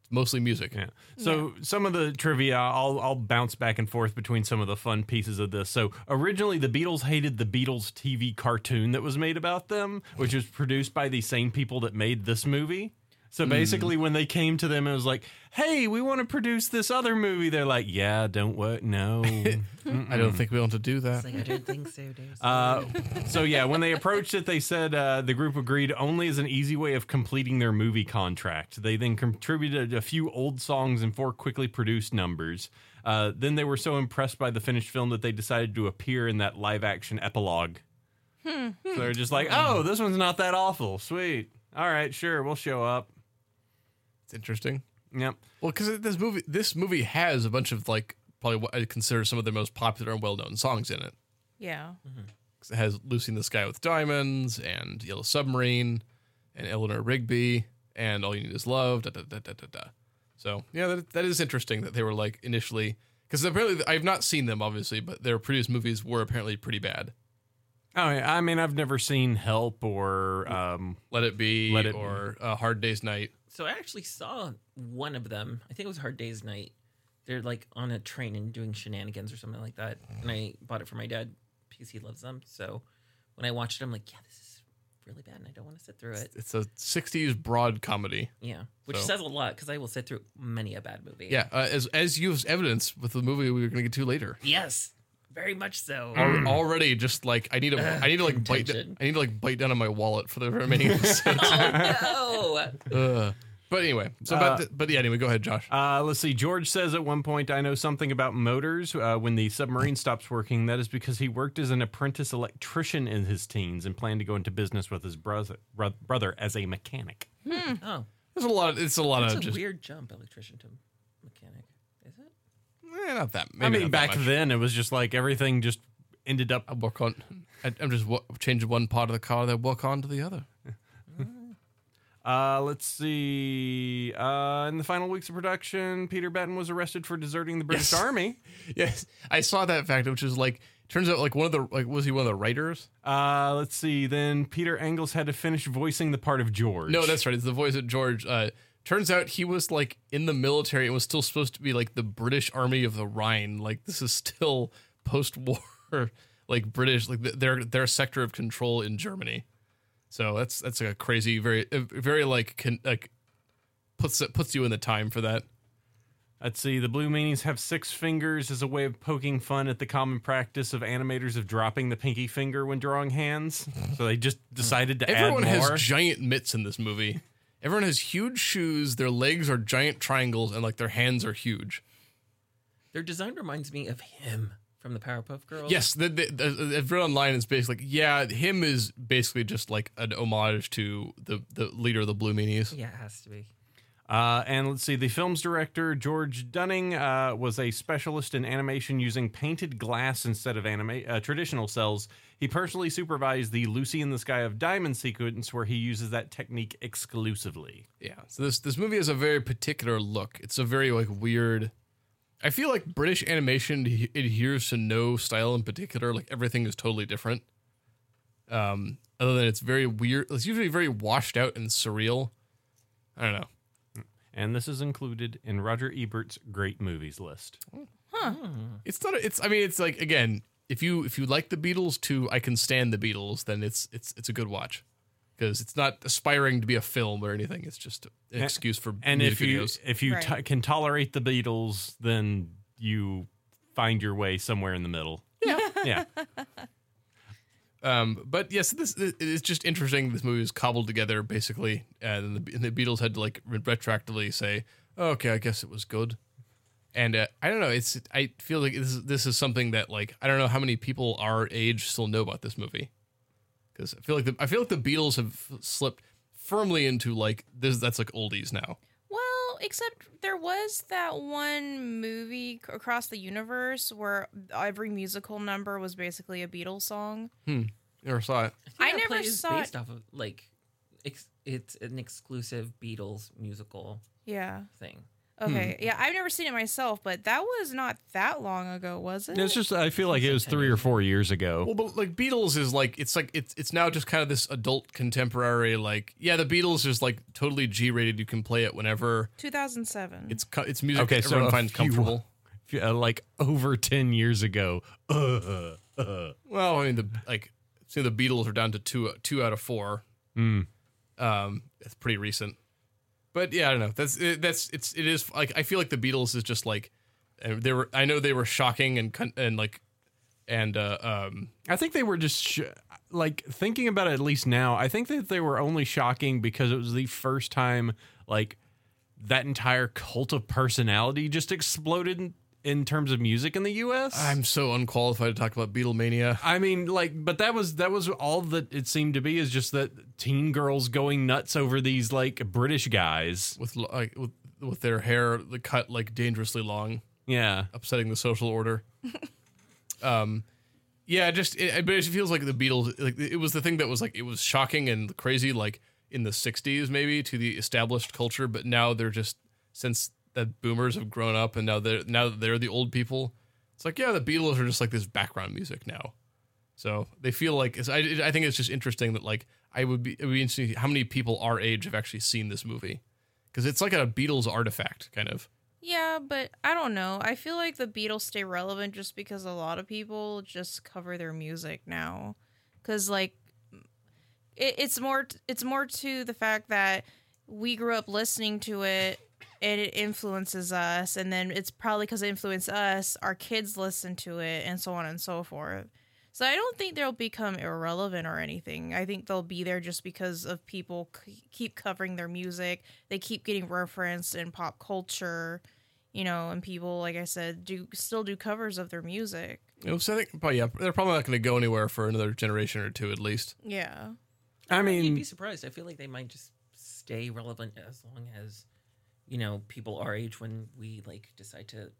S3: it's mostly music.
S2: Yeah. So some of the trivia, I'll I'll bounce back and forth between some of the fun pieces of this. So originally, the Beatles hated the Beatles TV cartoon that was made about them, which was produced by the same people that made this movie. So basically, when they came to them, it was like, "Hey, we want to produce this other movie." They're like, "Yeah, don't work, no."
S3: I don't think we want to do that.
S4: It's like, I don't think so, Dave.
S2: Uh, so yeah, when they approached it, they said uh, the group agreed only as an easy way of completing their movie contract. They then contributed a few old songs and four quickly produced numbers. Uh, then they were so impressed by the finished film that they decided to appear in that live action epilogue. So they're just like, "Oh, this one's not that awful. Sweet. All right, sure, we'll show up."
S3: It's interesting.
S2: Yep.
S3: Well, because this movie, this movie has a bunch of like probably what I consider some of the most popular and well-known songs in it.
S5: Yeah.
S3: 'Cause It has "Lucy in the Sky with Diamonds" and "Yellow Submarine" and "Eleanor Rigby" and "All You Need Is Love." Da da da da da da. So yeah, that, that is interesting that they were like initially because apparently I've not seen them obviously, but their previous movies were apparently pretty bad.
S2: Oh, yeah, I mean, I've never seen Help or um,
S3: Let It Be
S2: Let It Be.
S3: or uh, Hard Day's Night.
S4: so I actually saw one of them. I think it was Hard Day's Night. They're like on a train and doing shenanigans or something like that. And I bought it for my dad because he loves them. So when I watched it, I'm like, yeah, this is really bad and I don't want to sit through it.
S3: It's a '60s broad comedy.
S4: Yeah. Which
S3: So-
S4: says a lot because I will sit through many a bad movie.
S3: Yeah, uh, as as you've evidenced with the movie we were going to get to later.
S4: Yes. Very much so.
S3: Al- already just like I need to I need to like bite
S4: contention.
S3: I need to like bite down on my wallet for the remaining episodes.
S4: oh, no.
S3: Ugh. But anyway, so about the, but yeah, anyway, go ahead, Josh.
S2: Uh, let's see. George says at one point, I know something about motors. Uh, when the submarine stops working, that is because he worked as an apprentice electrician in his teens and planned to go into business with his brother, bro- brother as a mechanic.
S4: Oh,
S3: There's a lot. Of, it's a lot
S4: that's
S3: of
S4: a
S3: Uh, just
S4: weird jump, electrician to mechanic. Is it?
S3: eh, not that. Maybe
S2: I mean, back then, it was just like everything just ended up.
S3: I work on. I, I'm just wa- changing one part of the car. Then walk on to the other.
S2: Uh, let's see. Uh, in the final weeks of production, Peter Batten was arrested for deserting the British
S3: Yes.
S2: Army.
S3: Yes, I saw that fact, which is like turns out like one of the like was he one of the writers?
S2: Uh, let's see. Then Peter Engels had to finish voicing the part of George.
S3: No, that's right. It's the voice of George. Uh, turns out he was like in the military and was still supposed to be like the British Army of the Rhine. Like this is still post-war, like British, like th- their their sector of control in Germany. So that's that's like a crazy, very uh, very like con- like puts it puts you in the time for that.
S2: Let's see. The Blue Meanies have six fingers as a way of poking fun at the common practice of animators of dropping the pinky finger when drawing hands. So they just decided to
S3: Everyone
S2: add
S3: has
S2: more.
S3: giant mitts in this movie. Everyone has huge shoes. Their legs are giant triangles, and like their hands are huge.
S4: Their design reminds me of him from the Powerpuff Girls.
S3: Yes, the, the, the, I've read online it's basically like, yeah, him is basically just like an homage to the, the leader of the Blue Meanies.
S4: Yeah, it has to be.
S2: Uh, and let's see, the film's director, George Dunning, uh, was a specialist in animation using painted glass instead of anima- uh, traditional cells. He personally supervised the Lucy in the Sky of Diamond sequence, where he uses that technique exclusively.
S3: Yeah. So this this movie has a very particular look. It's a very like weird. I feel like British animation adhe- adheres to no style in particular. Like everything is totally different. Um, other than it's very weird. It's usually very washed out and surreal. I don't know.
S2: And this is included in Roger Ebert's great movies list.
S3: It's not. A, it's. I mean, it's like again. If you if you like the Beatles to I can stand the Beatles, then it's it's it's a good watch because it's not aspiring to be a film or anything. It's just an excuse for
S2: And
S3: music
S2: if you
S3: videos.
S2: if you
S5: Right.
S2: to- can tolerate the Beatles, then you find your way somewhere in the middle. Yeah, yeah.
S3: Um, but yes, this it- it's just interesting. This movie was cobbled together basically, uh, and the, and the Beatles had to like re- retroactively say, oh, "Okay, I guess it was good." And uh, I don't know. It's I feel like this is, this is something that like I don't know how many people our age still know about this movie because I feel like the, I feel like the Beatles have slipped firmly into like this. That's like oldies now.
S5: Well, except there was that one movie c- across the universe where every musical number was basically a Beatles song.
S3: Never saw it.
S5: I
S4: Yeah,
S5: never
S4: play is
S5: saw
S4: based
S5: it.
S4: off of like ex- it's an exclusive Beatles musical
S5: Yeah.
S4: thing.
S5: Okay. Yeah, I've never seen it myself, but that was not that long ago, was it?
S2: It's just I feel like it was three or four years ago.
S3: Well, but like Beatles is like it's like it's it's now just kind of this adult contemporary like yeah the Beatles is like totally G rated. You can play it whenever
S5: 2007.
S3: it's co- it's music
S2: Okay,
S3: that
S2: so
S3: everyone
S2: a
S3: finds
S2: few-
S3: comfortable.
S2: uh, like over 10 years ago. Uh, uh.
S3: Well, I mean the like see the Beatles are down to two two out of four.
S2: Hmm.
S3: Um, that's pretty recent. But yeah, I don't know. That's it, that's it's it is like I feel like the Beatles is just like uh, they were. I know they were shocking and con- and like and uh, um
S2: I think they were just sh- like thinking about it at least now. I think that they were only shocking because it was the first time like that entire cult of personality just exploded in, in terms of music in the US.
S3: I'm so unqualified to talk about Beatlemania.
S2: I mean, like, but that was that was all that it seemed to be is just that teen girls going nuts over these like British guys.
S3: with lo- like with, with their hair the cut like dangerously long,
S2: Yeah,
S3: upsetting the social order. um, yeah, just it, it- but it feels like the Beatles. Like it was the thing that was like it was shocking and crazy, like in the '60s maybe to the established culture, but now they're just since that boomers have grown up and now they're now that they're the old people. It's like yeah, the Beatles are just like this background music now. So they feel like it's, I, I think it's just interesting that like I would be it would be interesting to see how many people our age have actually seen this movie because it's like a Beatles artifact kind of.
S5: yeah, but I don't know. I feel like the Beatles stay relevant just because a lot of people just cover their music now. Cuz like it, it's more it's more to the fact that we grew up listening to it and it influences us and then it's probably because it influenced us our kids listen to it and so on and so forth so i don't think they'll become irrelevant or anything i think they'll be there just because of people c- keep covering their music they keep getting referenced in pop culture you know and people like i said do still do covers of their music
S3: You know, so I think, but yeah, they're probably not going to go anywhere for another generation or two at least.
S5: yeah
S2: I
S4: You'd
S2: mean,
S4: be surprised. I feel like they might just stay relevant as long as you know people our age when we like decide to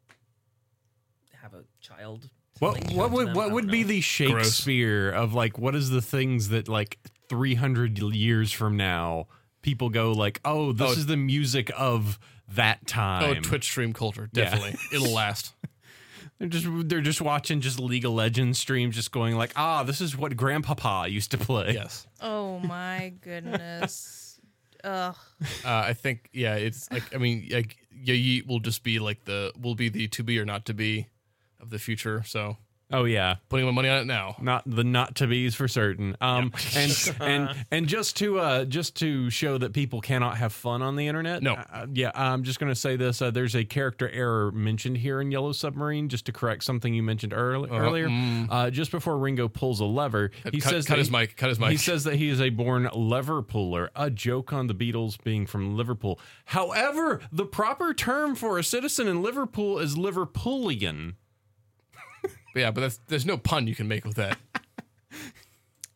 S4: have a child. to,
S2: What
S4: like, show
S2: what
S4: to
S2: would
S4: them. I
S2: what
S4: don't
S2: would be
S4: know.
S2: the Shakespeare of like what is the things that like 300 years from now people go like oh this
S3: Oh.
S2: is the music of that time.
S3: Oh, Twitch stream culture,
S2: Yeah.
S3: definitely, it'll last.
S2: They're just they're just watching just League of Legends streams just going like ah this is what grandpapa used to play.
S3: Yes,
S5: Oh my goodness. Ugh.
S3: uh, I think yeah, it's like I mean, like yeah, Yeet will just be like the will be the to be or not to be of the future. So
S2: Oh yeah.
S3: putting my money on it now.
S2: not the not to be's for certain um and and and just to uh just to show that people cannot have fun on the internet
S3: No.
S2: uh, yeah i'm just gonna say this uh, there's a character error mentioned here in yellow submarine just to correct something you mentioned early, earlier uh just before ringo pulls a lever he
S3: Uh-huh. Mm. cut,
S2: says
S3: cut
S2: that
S3: his
S2: he-
S3: mic. Cut his mic.
S2: he says that he is a born lever puller, a joke on the Beatles being from Liverpool. However, the proper term for a citizen in Liverpool is Liverpoolian.
S3: But yeah, but that's, there's no pun you can make with that.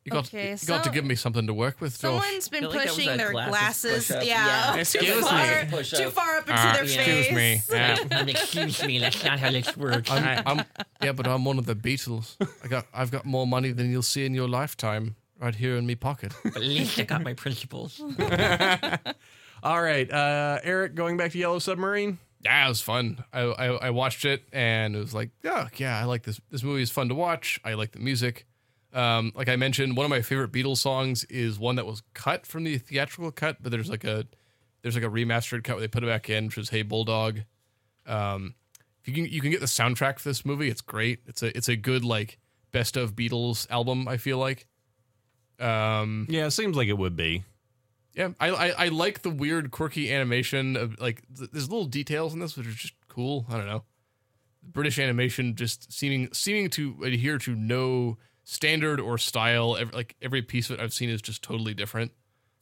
S3: You got,
S5: Okay,
S3: you got to
S5: so-
S3: give me something to work with, Josh.
S5: Someone's been
S4: feel like that was
S5: pushing
S4: a
S5: their
S4: glasses
S5: glasses,
S4: push-up.
S5: yeah,
S4: Yeah.
S5: too
S3: Excuse
S5: far-
S4: me. Push-up.
S5: too far up into
S3: Ah,
S5: their face.
S3: excuse me. Yeah.
S4: Um, excuse me, that's not how this works.
S3: I'm, I'm, yeah, but I'm one of the Beatles. I got, I've got more money than you'll see in your lifetime, right here in me pocket.
S4: But at least I got my principles.
S2: All right, uh, Eric, going back to Yellow Submarine.
S3: Yeah, it was fun. I, I, I watched it and it was like, yeah, yeah, I like this. This movie is fun to watch. I like the music. Um, like I mentioned, one of my favorite Beatles songs is one that was cut from the theatrical cut, but there's like a there's like a remastered cut where they put it back in, which is "Hey Bulldog." Um, if you can you can get the soundtrack for this movie. It's great. It's a it's a good like best of Beatles album. I feel like. Um,
S2: Yeah, it seems like it would be.
S3: yeah, I, I I like the weird, quirky animation of like th- there's little details in this which are just cool. I don't know. British animation just seeming seeming to adhere to no standard or style. Every, like every piece of it I've seen is just totally different.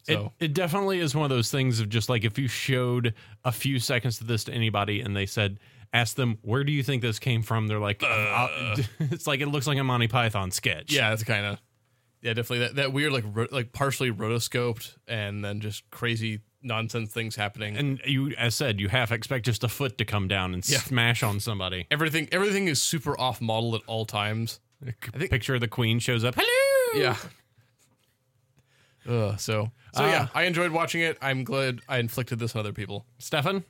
S3: So
S2: It, it definitely is one of those things of just like if you showed a few seconds of this to anybody and they said, ask them, where do you think this came from? They're like, "Uh, it's like it looks like a Monty Python sketch.
S3: yeah, that's kind of yeah, definitely that that weird like ro- like partially rotoscoped and then just crazy nonsense things happening.
S2: And you, as said, you half expect just a foot to come down and
S3: Yeah.
S2: smash on somebody.
S3: everything everything is super off model at all times. think-
S2: Picture of the queen shows up. Hello.
S3: Yeah. Ugh, so so
S2: Uh,
S3: yeah, I enjoyed watching it. I'm glad I inflicted this on other people.
S2: Stefan.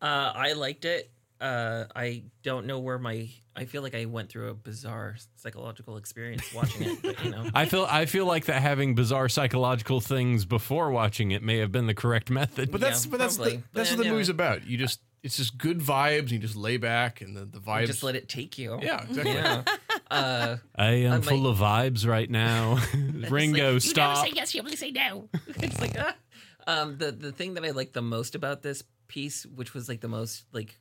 S4: Uh, I liked it. Uh, I don't know where my. I feel like I went through a bizarre psychological experience watching it, but you know.
S2: I feel I feel like that having bizarre psychological things before watching it may have been the correct method.
S3: But that's
S4: Yeah,
S3: but that's the,
S4: probably.
S3: that's
S4: But
S3: what the
S4: yeah.
S3: movie's about. You just it's just good vibes. And you just lay back and the the vibes.
S4: Just let it take you.
S3: yeah, exactly.
S4: Yeah. Uh,
S2: I am
S4: I'm
S2: full of vibes right now. Ringo,
S4: It's like,
S2: stop.
S4: You never say yes, you only say no. it's like, ah. um, the the thing that I liked the most about this piece, which was like the most like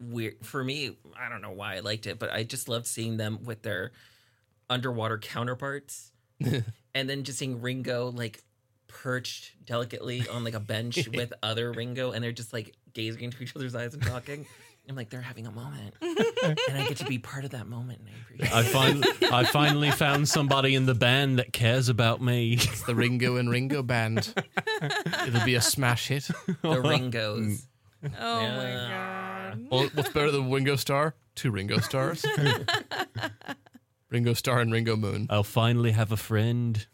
S4: weird for me. I don't know why I liked it, but I just loved seeing them with their underwater counterparts, and then just seeing Ringo like perched delicately on like a bench with other Ringo, and they're just like gazing into each other's eyes and talking. I'm like, they're having a moment, and I get to be part of that moment. And I appreciate.
S2: I
S4: it.
S2: fin- I finally found somebody in the band that cares about me.
S3: It's the Ringo and Ringo band. It'll be a smash hit.
S4: The Ringos.
S5: Oh
S4: Yeah.
S5: my god.
S3: Well, what's better than Ringo Star? Two Ringo Stars. Ringo Star and Ringo Moon.
S2: I'll finally have a friend.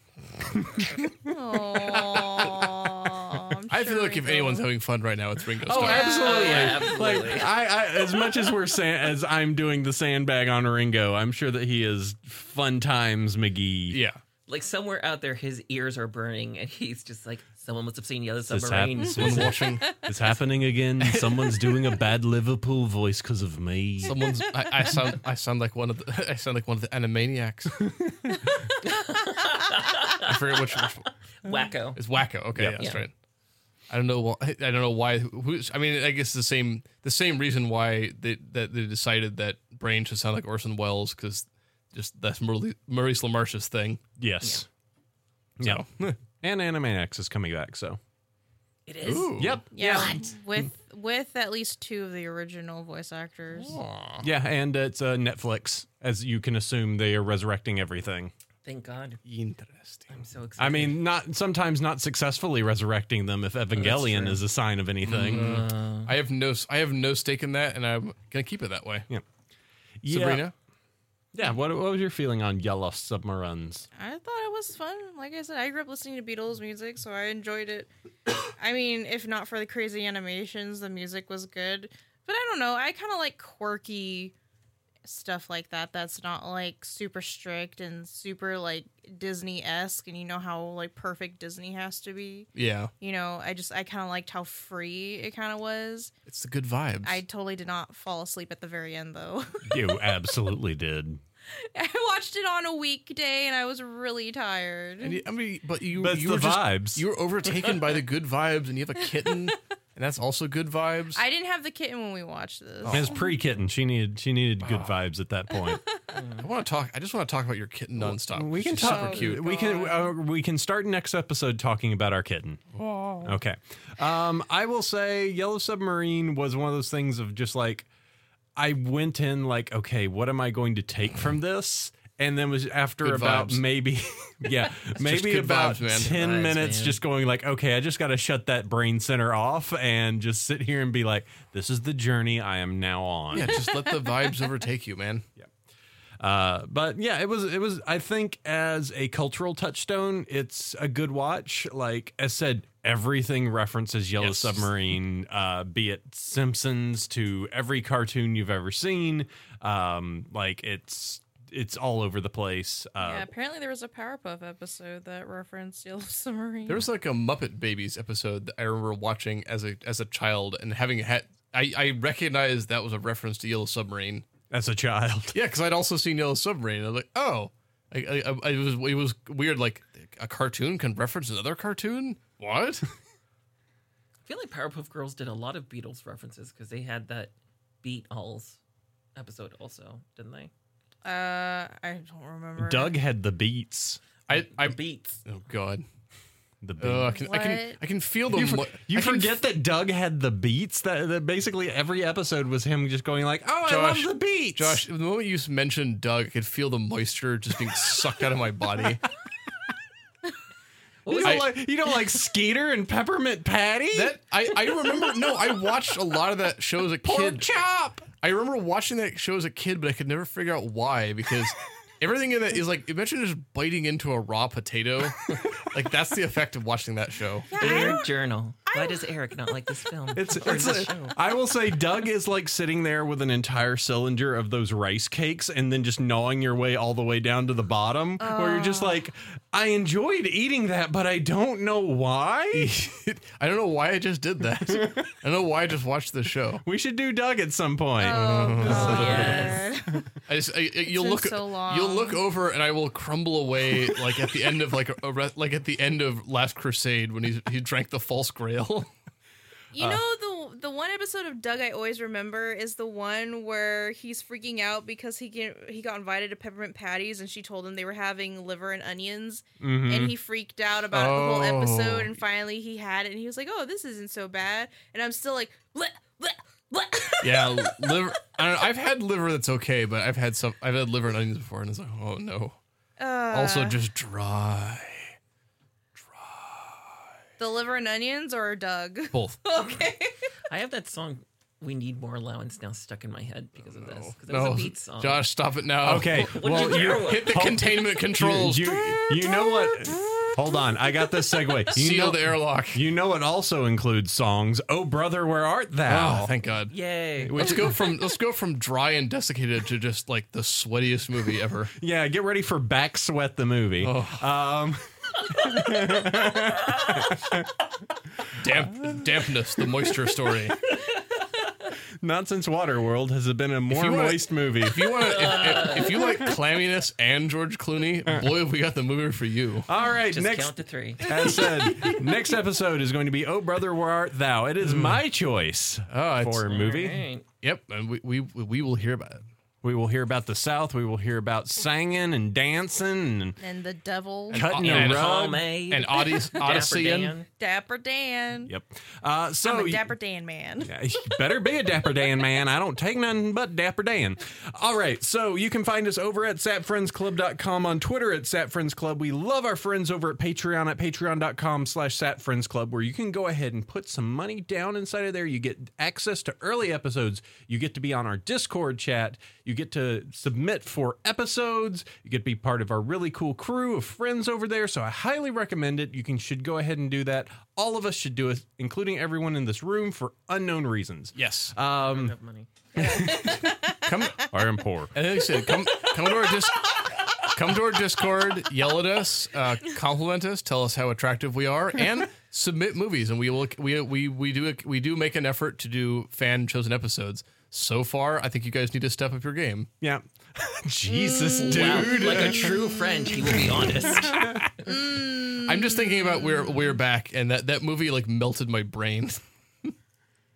S5: Aw, I'm
S3: I feel
S5: sure
S3: like if
S5: Ringo-
S3: anyone's having fun right now, it's
S4: Oh,
S3: Ringo Star.
S2: Oh, absolutely.
S4: yeah, absolutely.
S2: Like I, I, as much as we're saying, as I'm doing the sandbag on Ringo, I'm sure that he is fun times McGee.
S3: yeah.
S4: like somewhere out there, his ears are burning, and he's just like, "Someone must have seen Yellow
S2: This
S4: Submarine."
S2: happens.
S3: Someone watching.
S2: It's happening again. Someone's doing a bad Liverpool voice because of me.
S3: Someone's. I, I sound. I sound like one of the. I sound like one of the Animaniacs. I forget which. which
S2: Uh-huh.
S4: Wacko.
S3: it's Wacko. Okay,
S2: Yep.
S3: that's
S4: Yeah.
S3: right. I don't know. Why, I don't know why. Who's? I mean, I guess the same. The same reason why they that they decided that Brain should sound like Orson Welles because just that's Maurice, Maurice LaMarche's thing.
S2: Yes. Yeah. and Animaniacs is coming back, so.
S4: It is.
S2: Yep.
S5: Yeah, with with at least two of the original voice actors.
S2: Yeah, and it's uh, Netflix, as you can assume they are resurrecting everything.
S4: Thank God.
S3: Interesting.
S4: I'm so excited.
S2: I mean, not sometimes not successfully resurrecting them if Evangelion
S4: true.
S2: is a sign of anything.
S3: I have no. I have no stake in that, and I'm gonna keep it that way.
S2: Yeah.
S3: Sabrina.
S2: Yeah, what, what was your feeling on Yellow Submarines?
S5: I thought it was fun. Like I said, I grew up listening to Beatles music, so I enjoyed it. I mean, if not for the crazy animations, the music was good. But I don't know. I kind of like quirky stuff like that. That's not like super strict and super like Disney esque. And you know how like perfect Disney has to be.
S3: Yeah.
S5: You know, I just I kind of liked how free it kind of was.
S3: It's the good vibes.
S5: I totally did not fall asleep at the very end though.
S2: You absolutely did.
S5: I watched it on a weekday and I was really tired.
S3: And you- I mean, but you,
S2: That's
S3: you
S2: the
S3: were just-
S2: vibes.
S3: you were overtaken by the good vibes, and you have a kitten, and that's also good vibes.
S5: I didn't have the kitten when we watched
S3: Oh.
S5: this.
S2: As pre-kitten, she needed she needed good vibes at that point.
S3: I want to talk. I just want to talk about your kitten nonstop.
S2: We can
S3: She's
S2: talk.
S3: Super cute.
S2: We can uh, we can start next episode talking about our kitten. Okay. Um, I will say Yellow Submarine was one of those things of just like I went in like, okay, what am I going to take from this? And then was after
S3: Good
S2: about
S3: vibes.
S2: maybe, yeah, maybe
S3: good
S2: about
S3: vibes, man.
S2: ten
S4: Vibes,
S2: minutes,
S4: man.
S2: just going like, okay, I just got to shut that brain center off and just sit here and be like, this is the journey I am now on.
S3: Yeah, just let the vibes overtake you, man.
S2: Uh, but yeah, it was it was. I think as a cultural touchstone, it's a good watch. Like I said, everything references Yellow
S3: Yes.
S2: Submarine, uh, be it Simpsons to every cartoon you've ever seen. Um, like it's it's all over the place.
S5: yeah,
S2: Uh,
S5: apparently there was a Powerpuff episode that referenced Yellow Submarine.
S3: There was like a Muppet Babies episode that I remember watching as a as a child and having had I, I recognized that was a reference to Yellow Submarine.
S2: As a child,
S3: Yeah, because I'd also seen Yellow Submarine. and I was like, oh, I, I, I it was it was weird. Like a cartoon can reference another cartoon. What?
S4: I feel like Powerpuff Girls did a lot of Beatles references because they had that Beat Alls episode also, didn't they?
S5: uh, I don't remember.
S2: Doug had the beats.
S3: I I
S4: The Beats.
S3: oh god.
S2: The beats.
S3: Oh, I can I can
S5: What?
S3: I can feel the
S2: you for-
S3: mo-
S2: you
S3: I can
S2: forget that Doug had the beats. That, that basically every episode was him just going like, "Oh,
S3: Josh,
S2: I love the beats."
S3: Josh, the moment you mentioned Doug, I could feel the moisture just being sucked out of my body.
S4: What
S2: You
S4: was
S2: don't
S4: it?
S2: like you don't like Skeeter and Peppermint Patty?
S3: That I, I remember. No, I watched a lot of that show as a
S2: Pork
S3: kid.
S2: chop.
S3: I remember watching that show as a kid, but I could never figure out why because everything in it is like imagine just biting into a raw potato. like that's the effect of watching that show.
S5: Yeah, I
S4: Dear
S5: don't-
S4: Journal. Why does Eric not like this film?
S2: It's,
S4: Or
S2: it's
S4: this
S2: like-
S4: show?
S2: I will say Doug is like sitting there with an entire cylinder of those rice cakes and then just gnawing your way all the way down to the bottom where you're
S3: Oh.
S2: just like I enjoyed eating that but I don't know why.
S3: I don't know why I just did that. I don't know why I just watched the show.
S2: we should do Doug at some point.
S5: Oh, God.
S4: Yes.
S3: I just, I, I- you'll
S5: been
S3: look
S5: so long.
S3: you'll look over and I will crumble away like at the end of like a, a re- like at the end of Last Crusade when he he drank the false grail. Uh.
S5: You know the the one episode of Doug I always remember is the one where he's freaking out because he get, he got invited to peppermint patties and she told him they were having liver and onions and he freaked out about the whole episode
S3: Mm-hmm. Oh.
S5: and finally he had it and he was like oh this isn't so bad and I'm still like bleh, bleh, bleh.
S3: Yeah, liver. I don't know, I've had liver that's okay, but I've had some. I've had liver and onions before, and it's like, oh no.
S5: Uh,
S3: also, just dry.
S5: the liver and onions or Doug
S3: Both.
S5: okay
S4: I have that song "We Need More Allowance" now stuck in my head because of this. Because it was
S3: No,
S4: a beat song.
S3: Oh, Josh, stop it now.
S2: Okay.
S4: What did you grow up?
S3: Hit the containment
S2: You,
S3: controls.
S2: you, you know what? Hold on. I got this segue. You
S3: seal
S2: know,
S3: the airlock.
S2: you know what also includes songs? Oh brother, where art thou?
S3: Oh, thank God.
S4: Yay!
S3: Let's go from let's go from dry and desiccated to just like the sweatiest movie ever.
S2: Yeah, get ready for Back Sweat the movie.
S3: Oh.
S2: Um,
S3: Damp, dampness, the moisture story. If
S2: not since Waterworld has it been a more
S3: you wanna-
S2: moist movie.
S3: you want, if, if, if you like clamminess and George Clooney, boy, have we got the movie for you.
S2: All right,
S4: Just
S2: next
S4: count to three.
S2: as said, next episode is going to be Oh Brother Where Art Thou. It is my choice
S3: Oh, it's-
S2: for a movie.
S4: Alright.
S3: Yep, and we we, we will hear about it.
S2: We will hear about the South. We will hear about singing and dancing and
S5: and the devil
S2: cutting
S3: And
S2: a
S3: Tom
S2: rug.
S4: Homemade.
S3: And Odyssey,
S4: Dapper
S3: Odyssey and
S4: Dan.
S5: Dapper Dan
S2: Yep. Uh, so
S5: I'm a
S2: you-
S5: Dapper Dan man
S2: Yeah, you better be a Dapper Dan man. I don't take nothing but Dapper Dan. All right, so you can find us over at sapfriendsclub.com on Twitter at sapfriendsclub. We love our friends over at Patreon at patreon.com slash sapfriendsclub where you can go ahead and put some money down inside of there. You get access to early episodes. You get to be on our Discord chat. You get to submit for episodes. You get to be part of our really cool crew of friends over there. So I highly recommend it. You can should go ahead and do that. All of us should do it, including everyone in this room for unknown reasons.
S3: yes,
S4: I
S2: Um,
S4: have money.
S3: come
S2: I am poor.
S3: and like I said, come come to our dis- come to our Discord, yell at us, uh, compliment us, tell us how attractive we are, and submit movies, and we will we we we do we do make an effort to do fan chosen episodes. So far, I think you guys need to step up your game.
S2: Yeah. Mm. Jesus,
S4: Wow,
S2: dude.
S4: like a true friend, he will be honest.
S3: I'm just thinking about we're we're back, and that that movie like melted my brain.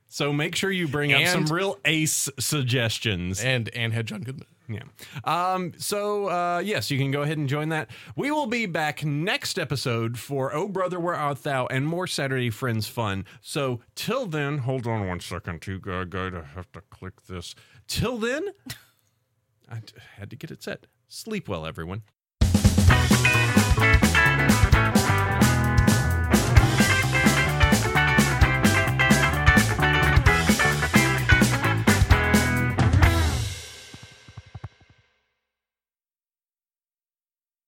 S2: So make sure you bring up
S3: And-
S2: some real ace suggestions.
S3: And and had John Goodman.
S2: Yeah. Um, so, uh, yes, you can go ahead and join that. We will be back next episode for Oh Brother, Where Art Thou and more Saturday Friends fun. So, till then, hold on one second. You guys, I have to click this. Till then, I had to get it set. Sleep well, everyone.